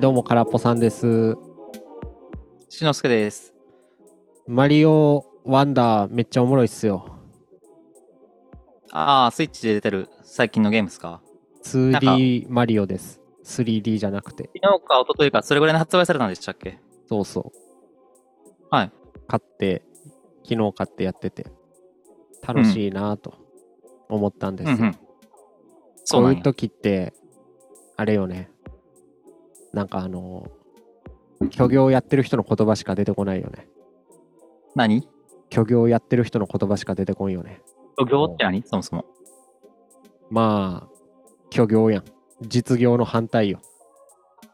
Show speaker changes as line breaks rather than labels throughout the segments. どうも、からっぽさんです。
しのすけです。
マリオワンダー、めっちゃおもろいっすよ。
ああ、スイッチで出てる最近のゲームですか
2D マリオです。3D じゃなくて。
昨日か一昨日か、それぐらいに発売されたんでしたっけ
そうそう。
はい。
買って、昨日買ってやってて、楽しいなぁと思ったんです
う
よ。
んうん。そう
こ
な
うんいう
や。
時って、あれよね。なんかあのー、虚業やってる人の言葉しか出てこないよね。
何
虚業やってる人の言葉しか出てこんよね。
漁業って何そもそも。
まあ、虚業やん。実業の反対よ。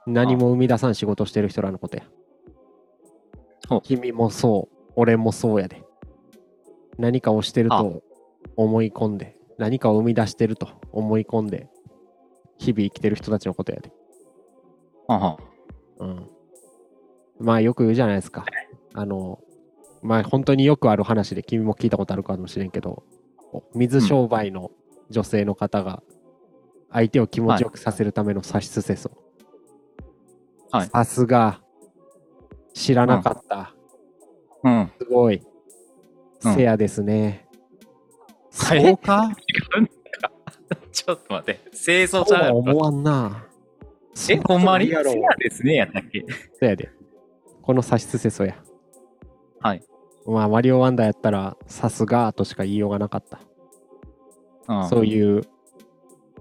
何も生み出さん仕事してる人らのことや
ほう。
君もそう、俺もそうやで。何かをしてると思い込んで、何かを生み出してると思い込んで、日々生きてる人たちのことやで。
はんはん
うん。まあ、よく言うじゃないですか。あの、まあ、本当によくある話で、君も聞いたことあるかもしれんけど、水商売の女性の方が、相手を気持ちよくさせるための差しすせそ。
はい
さすが、知らなかった。
うん。
すごい。
うん
せやですね。
え
そう か
ちょっと待って。清
そ
掃
う
者
は思わんな。
え、
そう
ほんまに
いいやろ
せやですね、やったっけ
そうやで。この差しすせそや。
はい。
まあ、マリオワンダーやったら、さすがとしか言いようがなかった。
うん
そういう、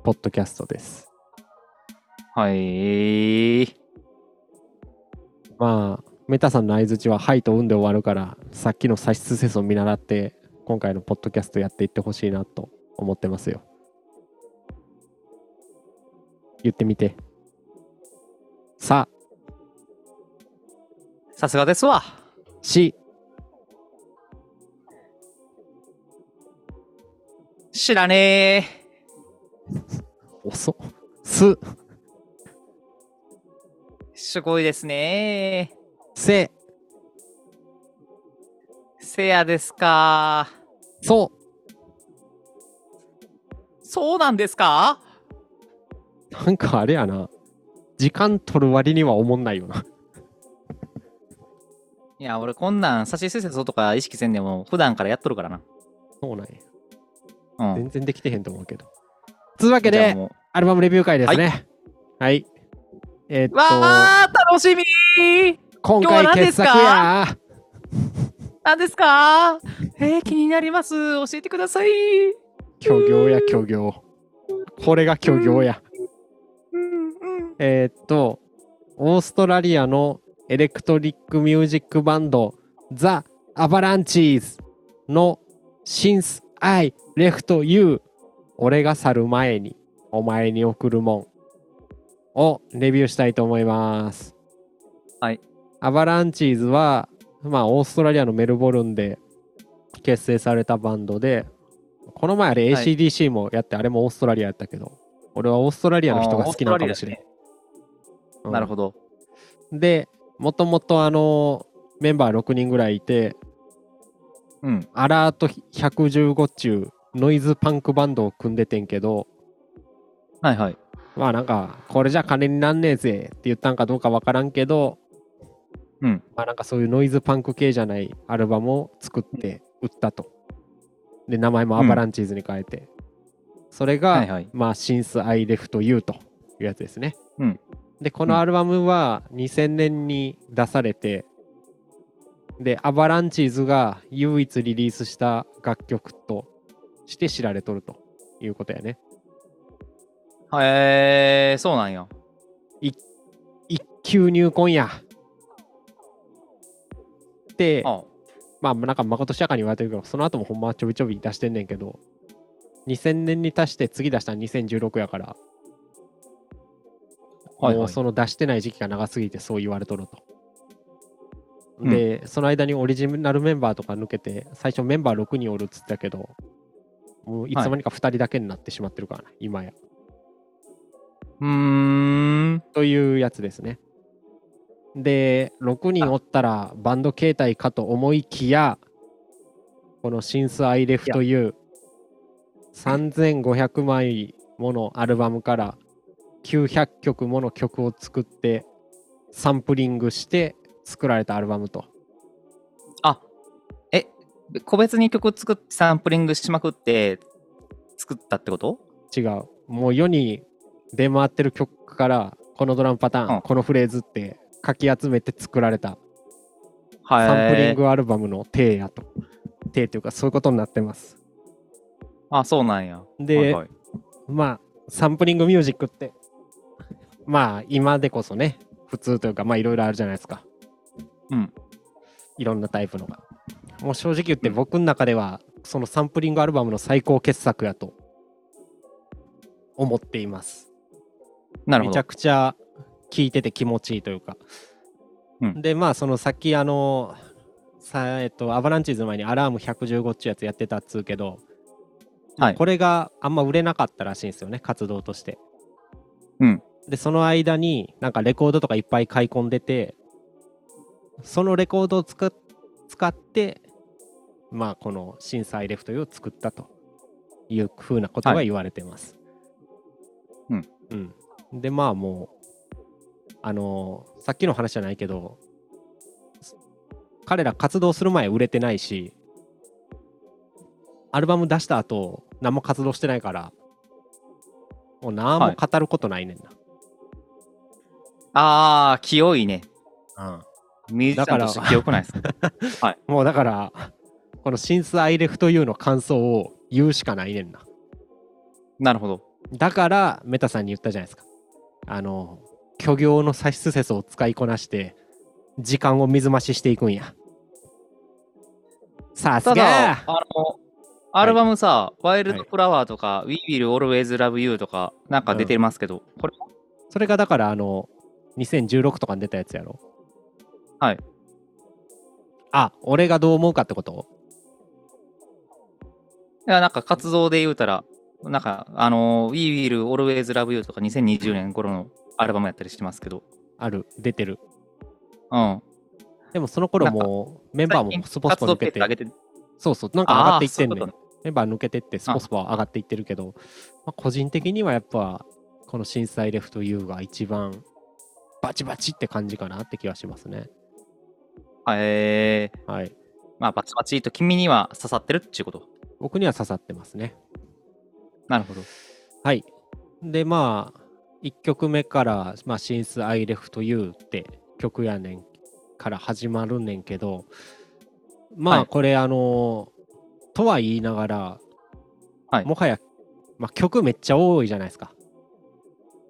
ポッドキャストです。
はい。
まあ、メタさんの相づちは、はいとうんで終わるから、さっきの差しすせそ見習って、今回のポッドキャストやっていってほしいなと思ってますよ。言ってみて。さ、
さすがですわ。
し、
知らねえ。
遅っ。す、
すごいですね
せ、
せやですか。
そ、
そうなんですか
なんかあれやな。時間取る割には思んないよな。
いや、俺こんなん、差しすせそとか意識せんでも、普段からやっとるからな。
そうなんや。
うん。
全然できてへんと思うけど。つうわけ
じゃあ
で、
もう
アルバムレビュー会ですね。はい。えーっと、
わー、楽しみー
今
今日
回
は何
傑
ですか
作や。
何ですかえー、気になります。教えてください。
虚業や虚業。これが虚業や。
うんうん。
えーっと、オーストラリアのエレクトリックミュージックバンド、ザ・アバランチーズの Since I Left You 俺が去る前にお前に送るもんをレビューしたいと思います。
はい。
アバランチーズは、まあ、オーストラリアのメルボルンで結成されたバンドで、この前あれ
はい
ACDC もやって、あれもオーストラリアやったけど、俺はオーストラリアの人が好きなのかもしれん。うん
なるほど。
でもともとあのメンバー6人ぐらいいて
うん。
アラート115中ノイズパンクバンドを組んでてんけど
はいはい。
まあなんかこれじゃ金になんねえぜって言ったんかどうかわからんけど
うん。
まあなんかそういうノイズパンク系じゃないアルバムを作って売ったとで名前もアバランチーズに変えて、それが、
はいはい
まあ「Since I Left You」というやつですね、
うん
でこ
う
の
ん
アルバムは2000年に出されてでアバランチーズが唯一リリースした楽曲として知られとるということやね
えー、そうなんよ。
一級入魂やで
あ
まあなんかまことしやかに言われてるけどその後もほんまはちょびちょび出してんねんけど2000年に足して次出したの2016やから、
はい
も
は
う
い。
その出してない時期が長すぎてそう言われとると。
うん
で、その間にオリジナルメンバーとか抜けて最初メンバー6人おるっつってたけどもういつの間にか2人だけになってしまってるからな、今や。
うーん。
というやつですね。で、6人おったらバンド形態かと思いきや、この Since I Left y u 3500枚ものアルバムから900曲もの曲を作ってサンプリングして作られたアルバムと
あえ個別に曲作ってサンプリングしまくって作ったってこと
違うもう世に出回ってる曲からこのドラムパターン、
うん
このフレーズってかき集めて作られた
はい
サンプリングアルバムの手やと手というかそういうことになってます
あそうなんや
で
はいはい
まあサンプリングミュージックってまあ今でこそね普通というかまあいろいろあるじゃないですか
うん
いろんなタイプのがもう正直言って僕の中ではそのサンプリングアルバムの最高傑作やと思っています
なるほ
めち
ど
ゃくちゃ聞いてて気持ちいいというか、
うん
でまあそのさっきあのさえっとアバランチーズの前にアラーム115っちゅうやつやってたっつうけど、
はい
これがあんま売れなかったらしいんですよね活動として、
うん
でその間になんかレコードとかいっぱい買い込んでてそのレコードを使っ使ってまあこの「震災レフというを作ったというふうなことが言われてます、
うん
うんでまあもうあのーさっきの話じゃないけどす彼ら活動する前売れてないしアルバム出した後何も活動してないからもう何も語ることないねん
ああ清いね
な、
ミュージシャンとして清くないで すか
もうだからこの「新スアイレフというの感想を言うしかないねんな
なるほど
だからメタさんに言ったじゃないですかあの虚業の差しすせそを使いこなして時間を水増ししていくんやさす
た
が
だあのアルバムさ、ワイルドフラワーとか、We Will Always Love You とか、なんか出てますけど、これ、
それがだからあの2016とかに出たやつやろ
はい
あ俺がどう思うかってこと
いや、なんか活動で言うたら、なんか、あの、We Will Always Love You とか2020年頃のアルバムやったりしてますけど、
ある出てる
うん。
でもその頃もうメンバーもスポスポ抜け
活動ペース上げ
て
て、
そうそうなんか上がっていってん
あーそ
ね
ういうんこ
メンバー抜けてってスポスポ上がっていってるけど、まあ、個人的にはやっぱこの「震災レフト U」が一番バチバチって感じかなって気はしますね
えー、
はい
まあ、バチバチと君には刺さってるっていうこと。
僕には刺さってますね
なるほど。
はい。で、まあ、1曲目から、まあ、Since I Left You って曲やねんから始まるねんけど、ま
は
あ、
い
これ、あのとは言いながら、
はい
もはや、まあ、曲めっちゃ多いじゃないですか。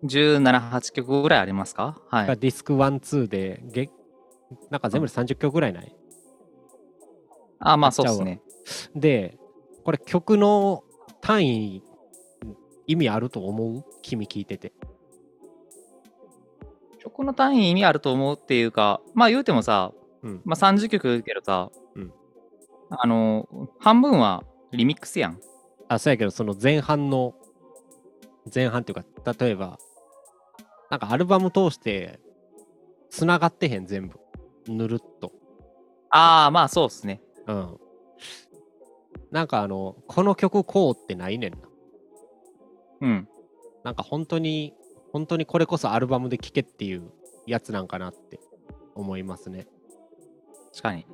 17、8曲ぐらいありますかは
が
い。
ディスク1、2で、げなんか全部で30曲ぐらいない。
あ、まあ、そうですね。
で、これ曲の単位、意味あると思う君聞いてて。
曲の単位意味あると思うっていうか、まあ、言うてもさ、
うん
まあ、30曲言うけどさ、
うん
あの、半分はリミックスやん。
あ、そうやけど、その前半の、前半っていうか、例えば、なんかアルバム通して、つながってへん、全部。ぬるっと。
ああ、まあ、そうですね。
うん。なんかあの、この曲こうってないねんな。
うん。
なんか本当に、本当にこれこそアルバムで聴けっていうやつなんかなって思いますね。
確かに。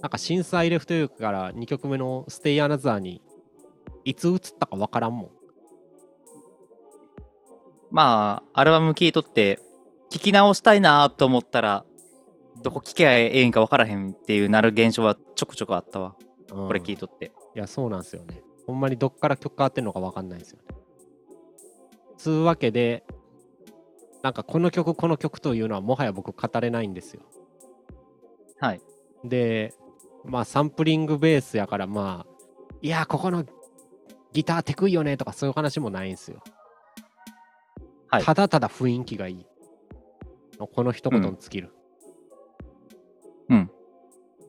なんか震災レフトユークから2曲目のステイアナザーに、いつ映ったかわからんもん。
まあ、アルバム聴いとって、聴き直したいなと思ったら、どこ聴けばええんか分からへんっていうなる現象はちょくちょくあったわ。
こ
これ聴いとって。
いや、そうなんですよね。ほんまにどっから曲変わってんのかわかんないんですよね。つうわけで、なんかこの曲、この曲というのはもはや僕語れないんですよ。
はい。
で、まあサンプリングベースやから、まあ、いや、ここのギターテクいよねとかそういう話もないんですよ。
はい
ただただ雰囲気がいい。のこの一言に尽きる。
うん。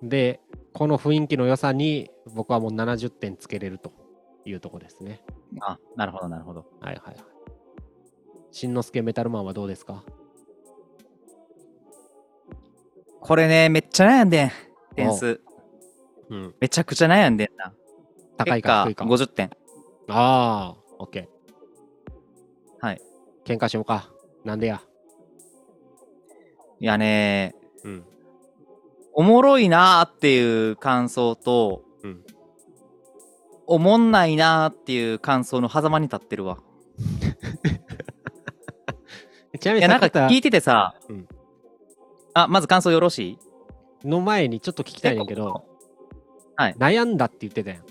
で、この雰囲気の良さに僕はもう70点つけれるというとこですね。
あ、なるほど、なるほど。
はいはいはい。しんのすけメタルマンはどうですか
これね、めっちゃ悩んでん。点数。
うん。
めちゃくちゃ悩んでんな。
高いか低い
結果
か。
50点。
ああ、オッケ
はい。
ー。喧嘩しようか。なんでや。
いやね
うん。
おもろいなーっていう感想と、
うん
おもんないなーっていう感想の狭間に立ってるわ
ちなみ
い
に
やなんか
坂田
聞いててさ、
うん
あまず感想よろしい
の前にちょっと聞きたいねんけど、悩んだって言ってたやん。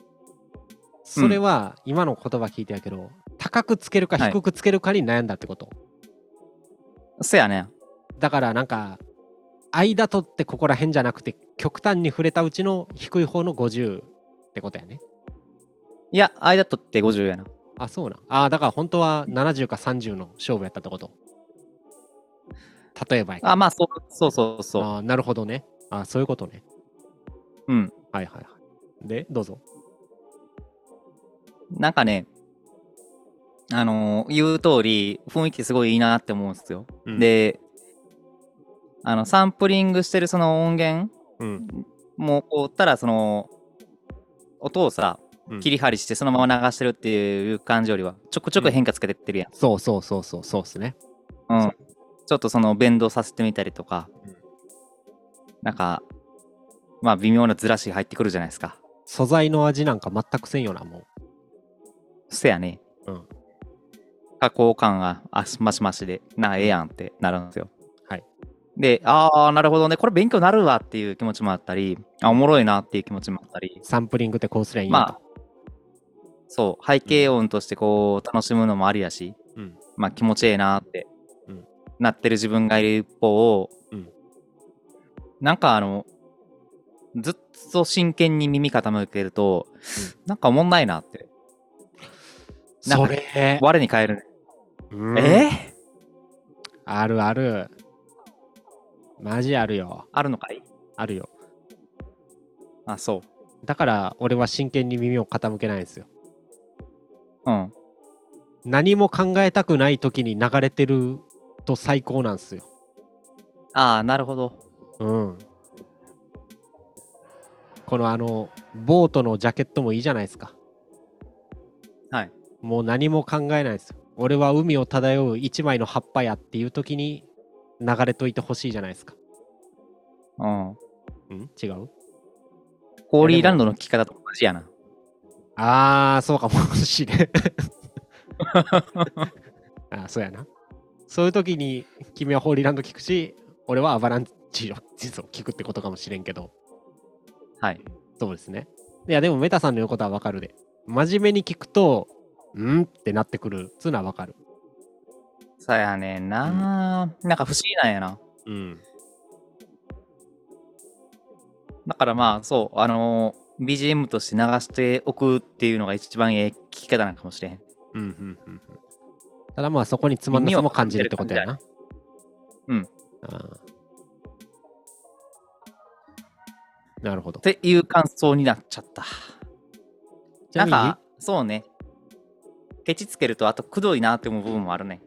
それは今の言葉聞いてやけど、高くつけるか
はい
低くつけるかに悩んだってこと。
そやね
だからなんか、間取ってここら辺じゃなくて、極端に触れたうちの低い方の50ってことやね。
いや間取って50やな
あ、そうなん。あーだから本当は70か30の勝負やったってこと。例えばやけど
あまあそうそうそうそう
あーなるほどね。あーそういうことね。
うん
はいはいはい。で、どうぞ。
なんかねあのー言う通り雰囲気すごいいいなって思うんですよ、
うん、
であのサンプリングしてるその音源
うん、
もうこうたらその音をさ
うん
切り張りしてそのまま流してるっていう感じよりはちょくちょく変化つけてってるやん、
そうそうそうそう、そうっすね。
うん
そう
ちょっとそのベンドさせてみたりとか、
うん
なんかまあ微妙なずらしが入ってくるじゃないですか
素材の味なんか全くせんよな、も
せやね、
うん
加工感があマシマシでなんかええやんってなるんですよ
はい
でああなるほどねこれ勉強になるわっていう気持ちもあったりあおもろいなっていう気持ちもあったり
う。サンプリングってこうすりゃいいんやと
まあそう背景音としてこう楽しむのもありやし、
うん
まあ気持ちええなって、
うん
なってる自分がいる一方、
うん
なんかあのずっと真剣に耳傾けると、なんかおもんないなってなん
そ
か
れ、
我に返るね、
うん
えー
あるある。マジあるよ。
あるのかい
あるよ。
あそ
だから、俺は真剣に耳を傾けないんですよ。
ううん
何も考えたくない時に流れてると最高なんですよ。
ああなるほど
うん。このあの、ボートのジャケットもいいじゃないですか。
はい
もう何も考えないですよ。俺は海を漂う一枚の葉っぱやっていう時に流れといてほしいじゃないですか。
うん
うん違う
ホーリーランドの聞き方と同じやな
あー、そうかもしれ ん。あーそうやな。そういう時に君はホーリーランド聞くし、俺はアバランチを実を聞くってことかもしれんけど、
はい
そうですね。いや、でもメタさんの言うことはわかるで。真面目に聞くと、んってなってくるっつうのはわかる。
さやねんな、なんか不思議なんやな
うん。
だからまあそうあのー BGM として流しておくっていうのが一番ええ聞き方なんかもしれへん
うんうんうんうんただまあそこにつまんなさも感じるってことやな。
耳を感じ
あー。なるほど
っ。ていう感想になっちゃった
ち
なん
みに
かそうねケチつけるとあとくどいなって思う部分もあるね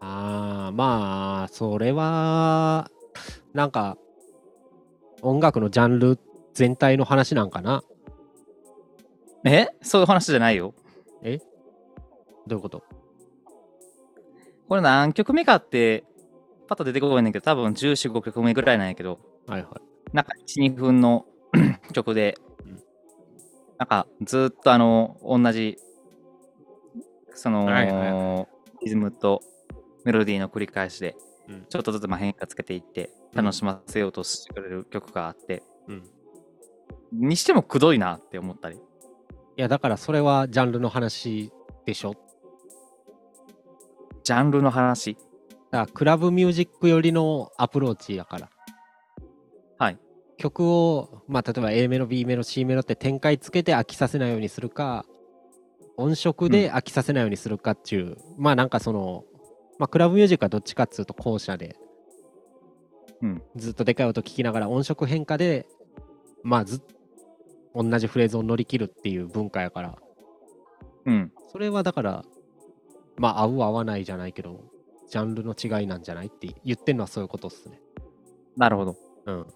ああ、まあ、それは、なんか、音楽のジャンル全体の話なんかな。
えそういう話じゃないよ
どういうこと
これ何曲目かってパッと出てこないんだけど多分1415曲目ぐらいなんやけど
はいはい。
なんか12分の 曲で
うん
なんかずっとあの同じその、
はいはい
リズムとメロディーの繰り返しで
うん
ちょっとずつまあ変化つけていって
うん
楽しませようとしてくれる曲があって、
うん、い
にしてもくどいなって思ったり
や、だからそれはジャンルの話でしょ。
ジャンルの話
だからクラブミュージック寄りのアプローチやから。
はい
曲を、まあ、例えば A メロ B メロ C メロって展開つけて飽きさせないようにするか音色で飽きさせないようにするかっていう、まあなんかその、まあ、クラブミュージックはどっちかっつうと後者で、
うん
ずっとでかい音聞きながら音色変化でまあずっ同じフレーズを乗り切るっていう文化やから
うん
それはだからまあ合う合わないじゃないけどジャンルの違いなんじゃないって言ってるのはそういうことっすね。
なるほど
うん。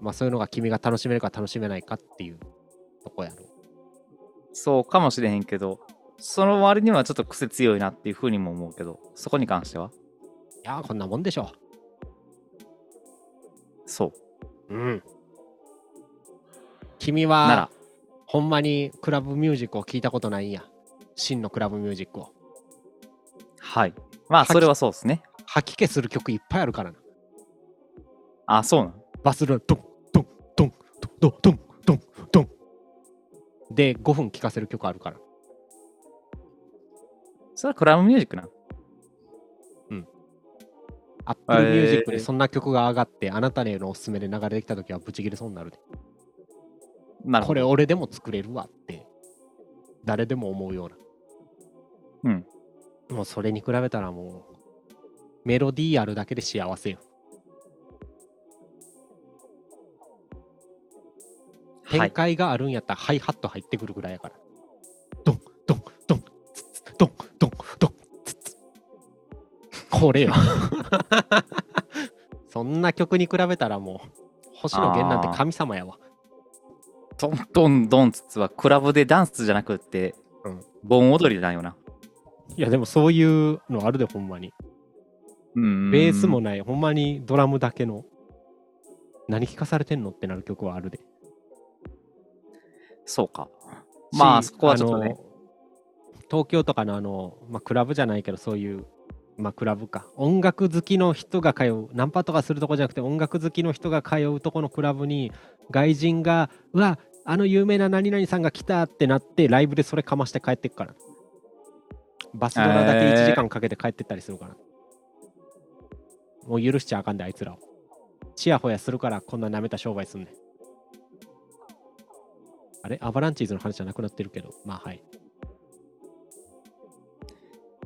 まあそういうのが君が楽しめるか楽しめないかっていうとこやろ。
そうかもしれへんけどその割にはちょっと癖強いなっていうふうにも思うけどそこに関してはい
やーこんなもんでしょ
そう
うん。君
な
は
ら
ほんまにクラブミュージックを聞いたことないんや。真のクラブミュージックを。
はいまあ
吐き
それはそうですね
吐き気する曲いっぱいあるからな。
あそうなの
バスルーン、ドン、ドン、ドン、ドン、ドン、ドン、ドン。で、5分聴かせる曲あるから。
それはクラブミュージックな
アップルミュージック
え
で
ー
そんな曲が上がって、あなたへのおすすめで流れてきたときはブチギレそうになるで。
なる
こ
ほ
れ
ど
俺でも作れるわって、誰でも思うような。
うん
もうそれに比べたらもう、メロディーあるだけで幸せよ。
は
展
い
開があるんやったらハイハット入ってくるぐらいやから。ドン、ドン、ドン、ツッツッドン、ドン、ドン、ツッツッこれ よ。そんな曲に比べたらもう、星野源なんて神様やわ。
どんどんどんつつはクラブでダンスじゃなくって、
うん
盆踊りだよない
やでもそういうのあるでほんまに。
うん
ベースもない、ほんまにドラムだけの。何聴かされてんのってなる曲はあるで。
そうかまあ
し
そこはちょっとね
あの東京とかのあの、まあ、クラブじゃないけどそういう、まあ、クラブか音楽好きの人が通うナンパとかするとこじゃなくて音楽好きの人が通うとこのクラブに外人が「うわあの有名な何々さんが来た」ってなってライブでそれかまして帰ってくからバスドラだけ
へー
1時間かけて帰ってったりするから、もう許しちゃあかんであいつらをチヤホヤするからこんな舐めた商売すんねんあれアバランチーズの話じゃなくなってるけどまあはい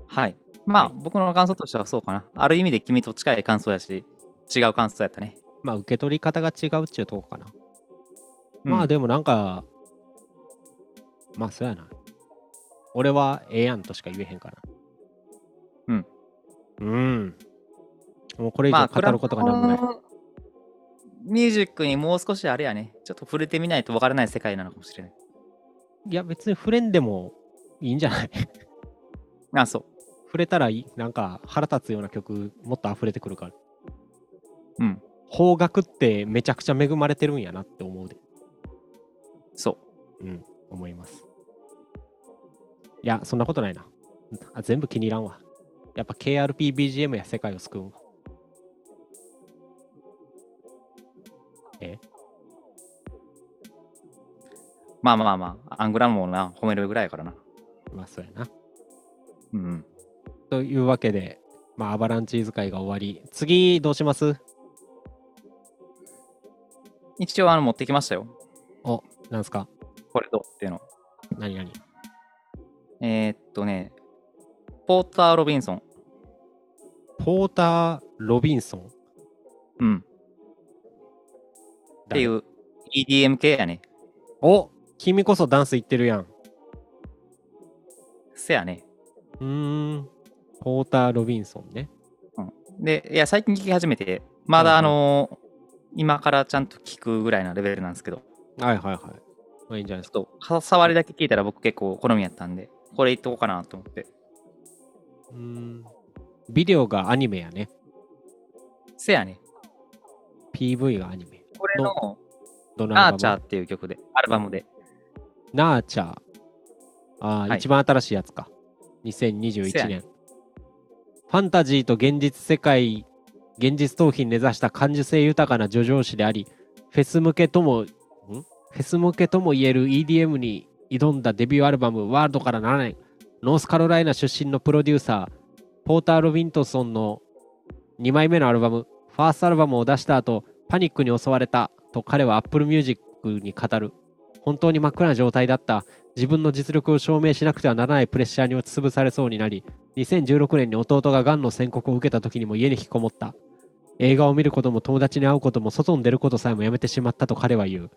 はいまあ、
はい
僕の感想としてはそうかなある意味で君と近い感想やし違う感想やったね、
まあ受け取り方が違うっちゅうとこかな、
うん
まあでもなんかまあそうやな俺はええやんとしか言えへんから
うん
うんもうこれ以
ま
上
あク
語
ラ
る
ブ
ことがなんもない、
のミュージックにもう少しあれやねちょっと触れてみないとわからない世界なのかもしれない
いや別に触れんでもいいんじゃない
あそ
触れたらいいなんか腹立つような曲もっと溢れてくるから
ううん
邦楽ってめちゃくちゃ恵まれてるんやなって思うで
そ
うん、思います。いや、そんなことないな。あ全部気に入らんわ。やっぱ KRPBGM や世界を救うんわ。
うまあまあまあアングラムもな褒めるぐらいやからな
まあ、そうやな。
うんうん
というわけで、まあ、アバランチーズ会が終わり、次どうします
一応あの持ってきましたよ
なんすか
これどうっていうの
何何
えーっとね、ポーター・ロビンソン。
ポーター・ロビンソンっ
うん。ってい。う EDM 系やね。
お君こそダンス行ってるやん。
せやね。
うーん。ポーター・ロビンソンね。
で、いや、最近聞き始めて、まだあ
うんうん
のー今からちゃんと聞くぐらいなレベルなんですけど、
はいはいはい。まあ、いいんじゃないで
ち
すか。
ょっと、か触りだけ聞いたら僕結構好みやったんで、これいっとこうかなと思って。
うーん。ビデオがアニメやね。
せやね。
PV がアニメ。
これの、
どのア
ア
ルバム
ーチャーっていう曲で、アルバムで。
ナーチャー。ああ、
はい
一番新しいやつか。
せ
2021
や
年。
ね
ファンタジーと現実世界、現実逃避に根ざした感受性豊かな叙情詩であり、フェス向けとも、んフェス向けともいえる EDM に挑んだデビューアルバム、ワールドから7年、ノースカロライナ出身のプロデューサー、ポーター・ロビントソンの2枚目のアルバム、ファーストアルバムを出した後、パニックに襲われたと彼は Apple Music に語る。本当に真っ暗な状態だった。自分の実力を証明しなくてはならないプレッシャーに押しつぶされそうになり、2016年に弟が癌の宣告を受けた時にも家に引きこもった。映画を見ることも友達に会うことも外に出ることさえもやめてしまったと彼は言う。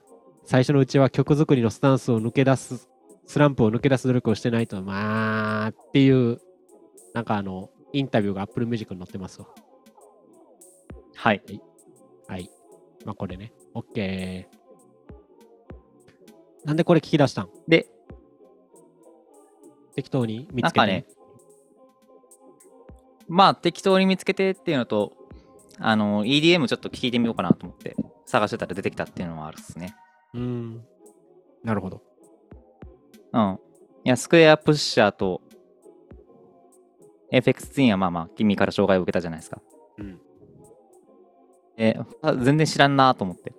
最初のうちは曲作りのスタンスを抜け出す、スランプを抜け出す努力をしてないと、まあ、っていう、なんかあの、インタビューが Apple Music に載ってますわ。
はい。
はい。まあ、これね。OK。なんでこれ聞き出したん
で、
適当に見
な
つ
ん
けて。
かね、まあ適当に見つけてっていうのと、あの EDM ちょっと聞いてみようかなと思って探してたら出てきたっていうのはあるっすね
うん。なるほど。
うんいやスクエアプッシャーと FX ツインはまあまあ君から紹介を受けたじゃないですか
うん。
え全然知らんなと思って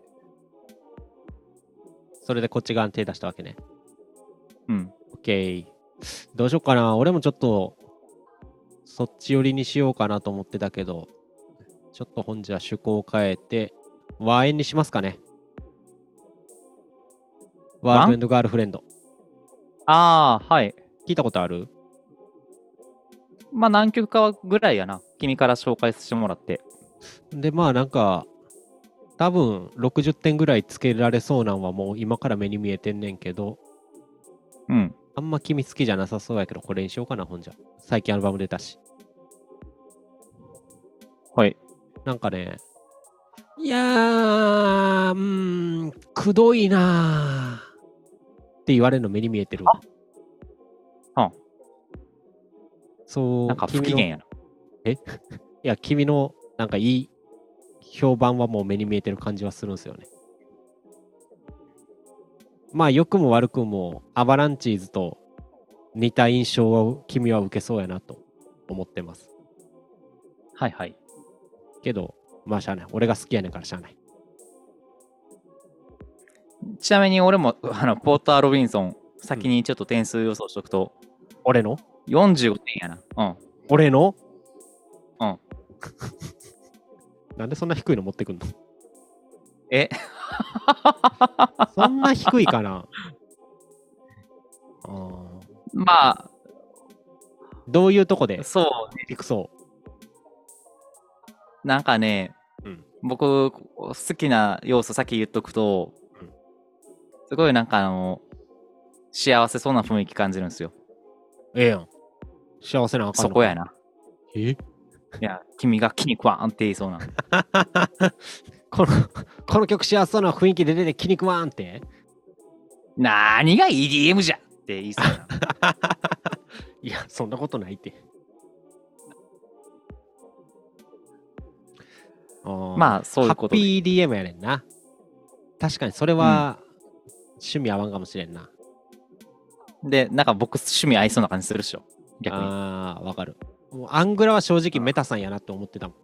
それでこっち側に手出したわけね。
うん
オッケー。どうしようかな。俺もちょっと、そっち寄りにしようかなと思ってたけど、ちょっと本日は趣向を変えて、和円にしますかね。ワールドガールフレンド。
ああはい
聞いたことある
まあ何曲かぐらいやな君から紹介してもらって
で、まあなんか、多分60点ぐらいつけられそうなんはもう今から目に見えてんねんけど、
うん
あんま君好きじゃなさそうやけど、これにしようかな、ほんじゃ。最近アルバム出たし。
はい
なんかね、いやー、うーん、くどいなーって言われるの目に見えてるわ。
あ
そう、
なんか不機
君
嫌
の
やない
や、君の、なんかいい評判はもう目に見えてる感じはするんですよね。まあ、良くも悪くも、アバランチーズと似た印象を君は受けそうやなと思ってます。
はいはい
けど、まあ、しゃあない。俺が好きやねんからしゃあない。
ちなみに俺もあのポーター・ロビンソン先にちょっと点数予想しとくと、
俺の
45点やな
俺の
うん
なんでそんな低いの持ってくんの
え
そんな低いかなあー
うんま
どういうとこで
あそう
低そう
なんかね、
うん
僕好きな要素先言っとくと、
うん
すごいなんかあの幸せそうな雰囲気感じるんですよ
ええやん幸せなあかんの
そこやな
え
いや君が気に食わんって言いそうな
この この曲幸せそうな雰囲気で出て気に食わんって
何が EDM じゃって言いそうな
いやそんなことないってま
まあそういうことで
ハッピー DM やねんな。確かにそれは趣味合わんかもしれんな。
でなんか僕趣味合いそうな感じするっしょ逆に
ああ、わかる。もうアングラは正直メタさんやなって思ってたもん。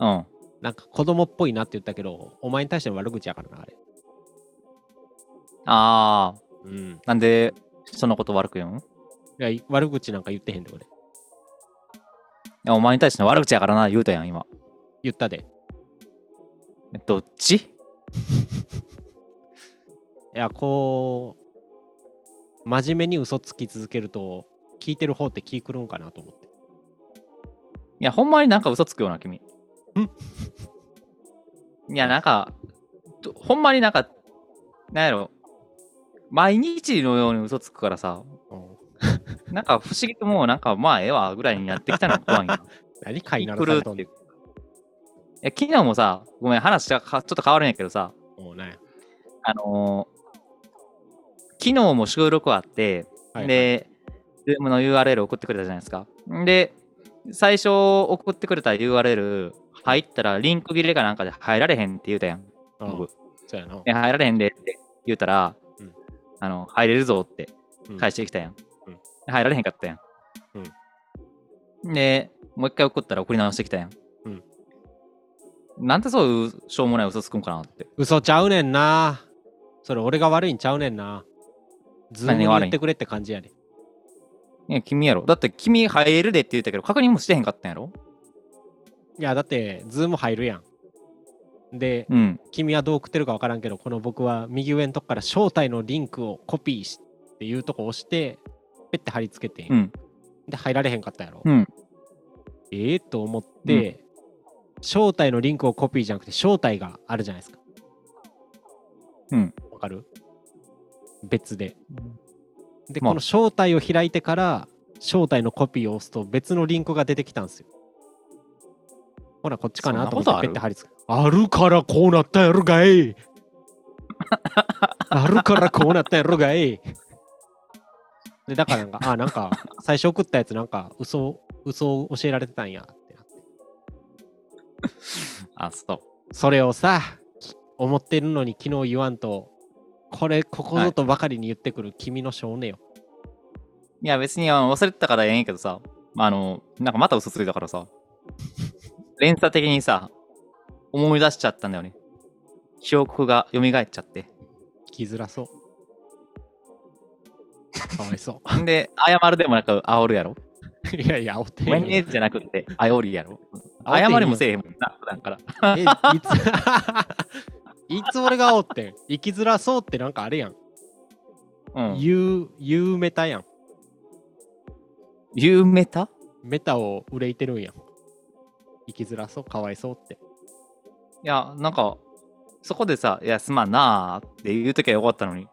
うん
なんか子供っぽいなって言ったけど、お前に対しての悪口やからな、あれ。
ああ
うん。
なんで人のこと悪く言うんい
いや悪口なんか言ってへんで俺。
やお前に対しての悪口やからな言うたやん今
言ったで。
どっち
いや、こう、真面目に嘘つき続けると、聞いてる方って気狂うんかなと思って。
いや、ほんまになんか嘘つくよな、君。
ん
いや、なんか、どほんまになんか、なんやろ、毎日のように嘘つくからさ、
うん
なんか不思議ともう、なんか、まあ、ええわ、ぐらいになってきたのが怖いな。
何かいならさ
くる
れ
って
とん
い
ね
う。いや、昨日もさ、ごめん、話がかちょっと変わるんやけどさ、
んもうね。
あのー昨日も収録あって、
はいはい
で、Zoom の URL 送ってくれたじゃないですか。で、最初送ってくれた URL 入ったらリンク切れかなんかで入られへんって言うたやん。
うん
僕
そうやな。
で入られへんでって言うたら、
うん
あの入れるぞって
うん
返してきたやん。
うん
入られへんかったやん。で、もう一回送ったら送り直してきたやん。
うん
なんでそういうしょうもない嘘つくんかなって。
嘘ちゃうねんな。それ俺が悪いんちゃうねんな。ズーム
何
に
が悪い
言ってくれって感じやで。
いや、君やろ。だって君入れるでって言ったけど、確認もしてへんかったんやろ
いやだってズーム入るやん。で、
うん。
君はどう送ってるか分からんけど、この僕は右上のとこから招待のリンクをコピーしっていうとこ押して、ペッて貼り付けてん、
うん。
で、入られへんかったやろ。
うん。
ええと思って、招待のリンクをコピーじゃなくて、招待があるじゃないですか。
うん。
わかる別で。で、
まあ
この招待を開いてから、招待のコピーを押すと別のリンクが出てきたんですよ。ほら、こっちかなと思
そんなこと
っ
あ
て
る
ペッて貼り付けあるからこうなったやろが いあるからこうなったやろがいで、だからなんか、あ、なんか、最初送ったやつなんか、嘘、嘘を教えられてたんやってなって。
あ、そう。
それをさ、き思ってるのに昨日言わんと、これ、ここぞとばかりに言ってくる君の性根よ。
いや、別にあの忘れてたからええんやけどさ、まああの、なんかまた嘘ついたからさ、連鎖的にさ、思い出しちゃったんだよね。記憶が蘇っちゃって。
聞きづら そう。かわいそ
んで、謝るでもなく煽るやろ。
う。いやいや、煽って
ごめ
へ
ん
んよ
ねじゃなくて、煽るやろ。
煽ってへん
謝
よ
りもせえへんもんな、普段から。
え、いつ、い つ俺が煽ってん。生きづらそうってなんかあれやん。
うん。
言う、言うメタやん。
有名た
メタを憂いてるんやん。生きづらそう、かわいそうって。
いや、なんか、そこでさ、いや、すまんなーって言うときはよかったの
う
に
ん。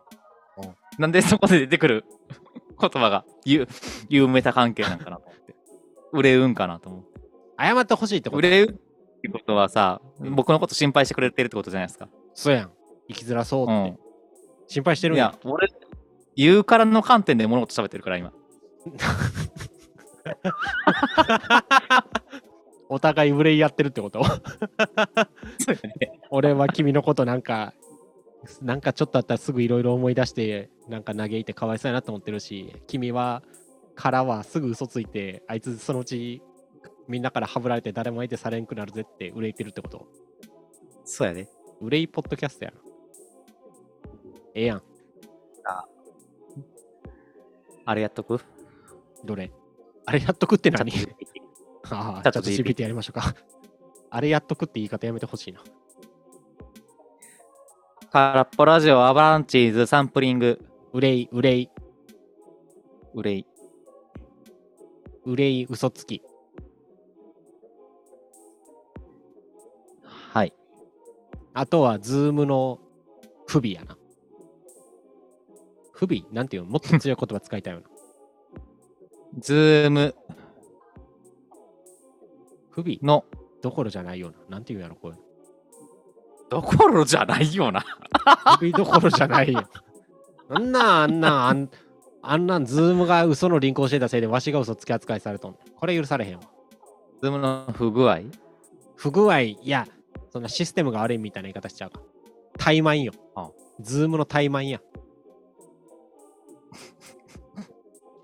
なんでそこで出てくる 言葉が、ゆ、有名た関係なんかなと思って。売れうんかなと思って。
謝ってほしいってこと
売れるってことはさ、僕のこと心配してくれてるってことじゃないですか。
そうやん。生きづらそうっ
う
て。
ん。
心配してるん
い
や
や、俺、言うからの観点で物事喋ってるから、今。
お互い憂い合ってるってこと
そうよね。
俺は君のことなんか、なんかちょっとあったらすぐいろいろ思い出して、なんか嘆いてかわいそうやなと思ってるし、君は、からはすぐ嘘ついて、あいつそのうち、みんなからはぶられて誰も相手されんくなるぜって憂いてるってこと
そうやで。
憂いポッドキャストやな。ええやん。
あれやっとく
どれあれやっとくって何
チャッ ト GPT
ああ、
チ
チャ
ャット
ット
GPT
GPT やりましょうか。あれやっとくって言い方やめてほしいな。
空っぽラジオ、アバランチーズ、サンプリング、
憂い、憂い、
憂い。
憂い、嘘つき。
はい。
あとは、ズームの不備やな。不備なんていうのもっと強い言葉使いたいよな。
ズーム
不備
の、
どころじゃないような。なんていうんやろ、これ。
どころじゃないよな。
不備どころじゃないよ。 あんな、あんな、あんあんなん、ズームが嘘のリンクをしてたせいで、わしが嘘つき扱いされとん。これ許されへんわ。
ズームの不具合
不具合、いや、そんなシステムが悪いみたいな言い方しちゃうか。怠慢よ
あ。
ズームの怠慢 や。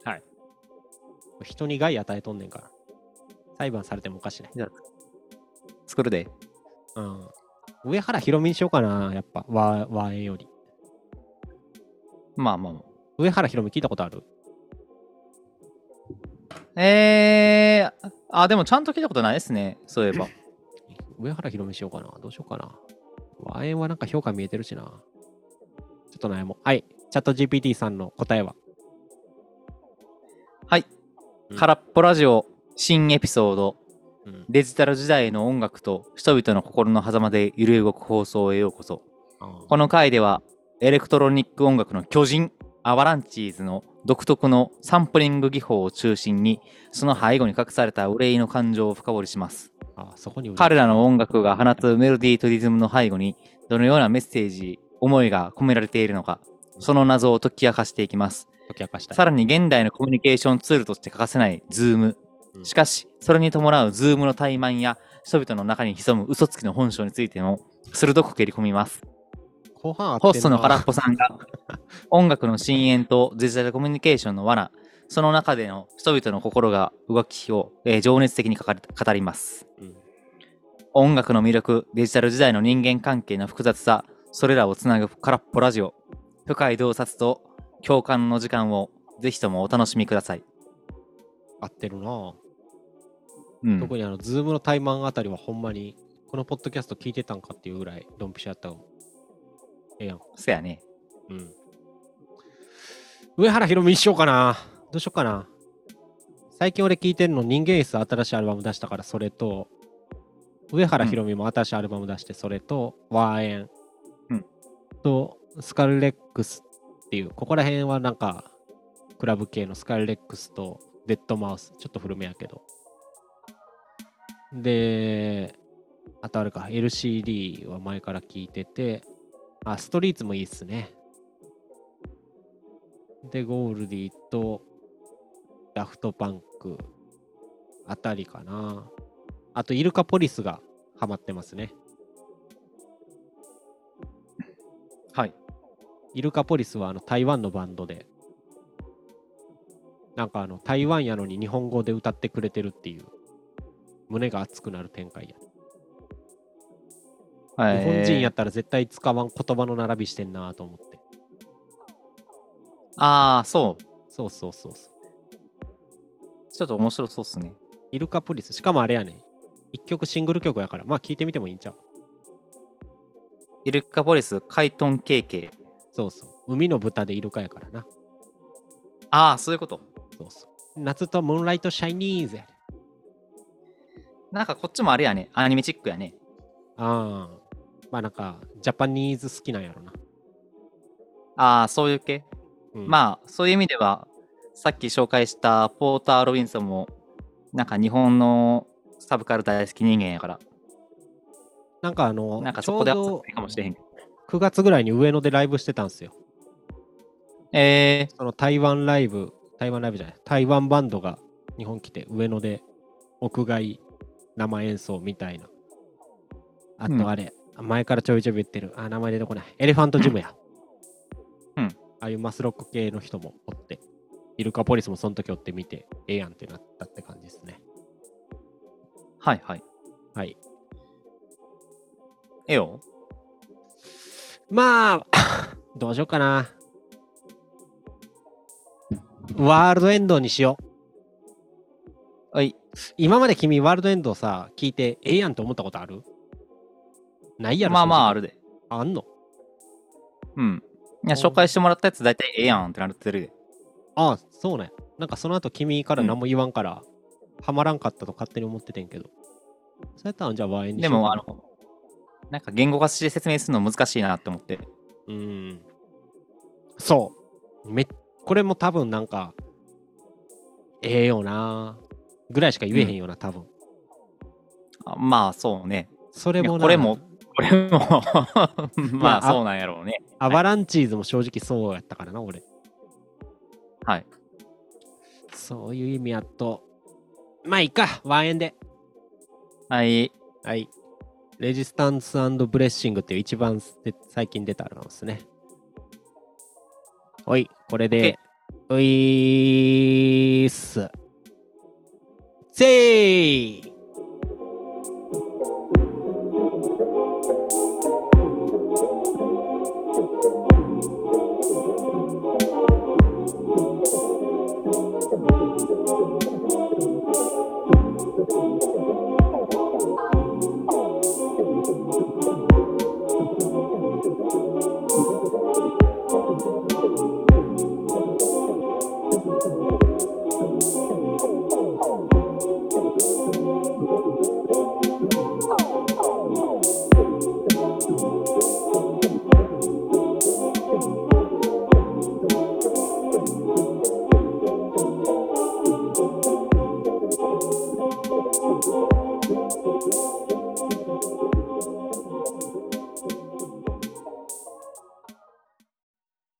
はい。
人に害与えとんねんから。裁判されてもおかしない。
作るで。
うん。上原ひろみにしようかな、やっぱ。和和えより。
まあまあま
上原ひろみ聞いたことある
あ。えー、あ、でもちゃんと聞いたことないですね。そういえば。
上原ひろみしようかな。どうしようかな。和えはなんか評価見えてるしな。ちょっと悩もう。はい。チャット GPT さんの答えは。
はい。
うん
空っぽラジオ、新エピソード、
うん。
デジタル時代の音楽と人々の心の狭間で揺れ動く放送へようこそ。この回では、エレクトロニック音楽の巨人、アバランチーズの独特のサンプリング技法を中心に、その背後に隠された憂いの感情を深掘りします。
あそこに上
彼らの音楽が放つメロディーとリズムの背後に、どのようなメッセージ、思いが込められているのか、その謎を解き明かしていきます。
解き明かしたい。
さらに現代のコミュニケーションツールとして欠かせないズーム
うん
しかし、それに伴うズームの怠慢や人々の中に潜む嘘つきの本性についても鋭く蹴り込みます。
後半あってんな
ホストの空っぽさんが音楽の深淵とデジタルコミュニケーションの罠、その中での人々の心が動きを、えー情熱的に語り語ります。
うん
音楽の魅力、デジタル時代の人間関係の複雑さ、それらをつなぐ空っぽラジオ、深い洞察と共感の時間をぜひともお楽しみください。
合ってるなぁ、
うん
特にあの、ズームの怠慢あたりはほんまに、このポッドキャスト聞いてたんかっていうぐらい、ドンピシャやったわええやん。
そやね。
うん。上原ひろみにしようかな。どうしようかな。最近俺聞いてるの、人間椅子新しいアルバム出したから、それと、上原ひろみも新しいアルバム出して、それと、ワーエン、
うん
と、スカルレックスっていう、ここら辺はなんか、クラブ系のスカルレックスと、デッドマウス、ちょっと古めやけど。で、あとあれか、LCD は前から聞いてて、あ、ストリーツもいいっすね。で、ゴールディと、ダフトパンクあたりかな。あと、イルカポリスがハマってますね。
はい。
イルカポリスはあの台湾のバンドで、なんかあの台湾やのに日本語で歌ってくれてるっていう、胸が熱くなる展開や。
はい、
日本人やったら絶対使わん言葉の並びしてんなと思って。
ああ、そう。
そうそうそうそう。
ちょっと面白そうっすね。
イルカポリス、しかもあれやねん。一曲シングル曲やから、まあ聞いてみてもいいんちゃう
イルカポリス、カイトン KK。
そうそう。海の豚でイルカやからな。
ああ、そういうこと。
そうそう。夏とムーンライトシャイニーズやで。
なんかこっちもあれやね。アニメチックやね。
ああ。まあなんか、ジャパニーズ好きなんやろな。
ああ、そういう系。
うん、
まあ、そういう意味では、さっき紹介したポーター・ロビンソンも、なんか日本のサブカル大好き人間やから、
なんかあの、
なんか
ち
そ
ょう
こであった
ど
かもしれへんけど。
9月ぐらいに上野でライブしてたんですよ。
え
その台湾ライブ、台湾ライブじゃない、台湾バンドが日本来て上野で屋外生演奏みたいな。あ
うん
とあれ、前からちょいちょい言ってる、あ、名前出てこない。エレファントジムや。
うん
ああいうマスロック系の人もおって、イルカポリスもその時おって見て、ええやんってなったって感じですね。
ー、はいはい。
はい。
ええよ。
まあ、どうしようかな。ワールドエンドにしよう。
はい。
今まで君ワールドエンドをさ聞いてええやんと思ったことあるないやろ
まあまあ、あ
正
るで。
直あんの
うん。いや、紹介してもらったやつ大体ええやんってなってるで。
ああそうねなんかその後君から何も言わんから、ハマらんかったと勝手に思っててんけどそうやったらじゃあワーエンにし
で
ようか
も、
な
あの、なんか言語化して説明するの難しいなって思って。
うーんそうめこれも多分なんかええよなぐらいしか言えへんよな、多分
あまあ、そうね。
それもな
いやこれもこれも ま
あ
あそうなんやろうね。
アバランチーズも正直そうやったからな俺
はい
そういう意味やとまあいいかワーエンで
はい。
はい。レジスタンスブレッシングっていう一番で最近出たアルバムですね。おい、これで、ういーっす。せー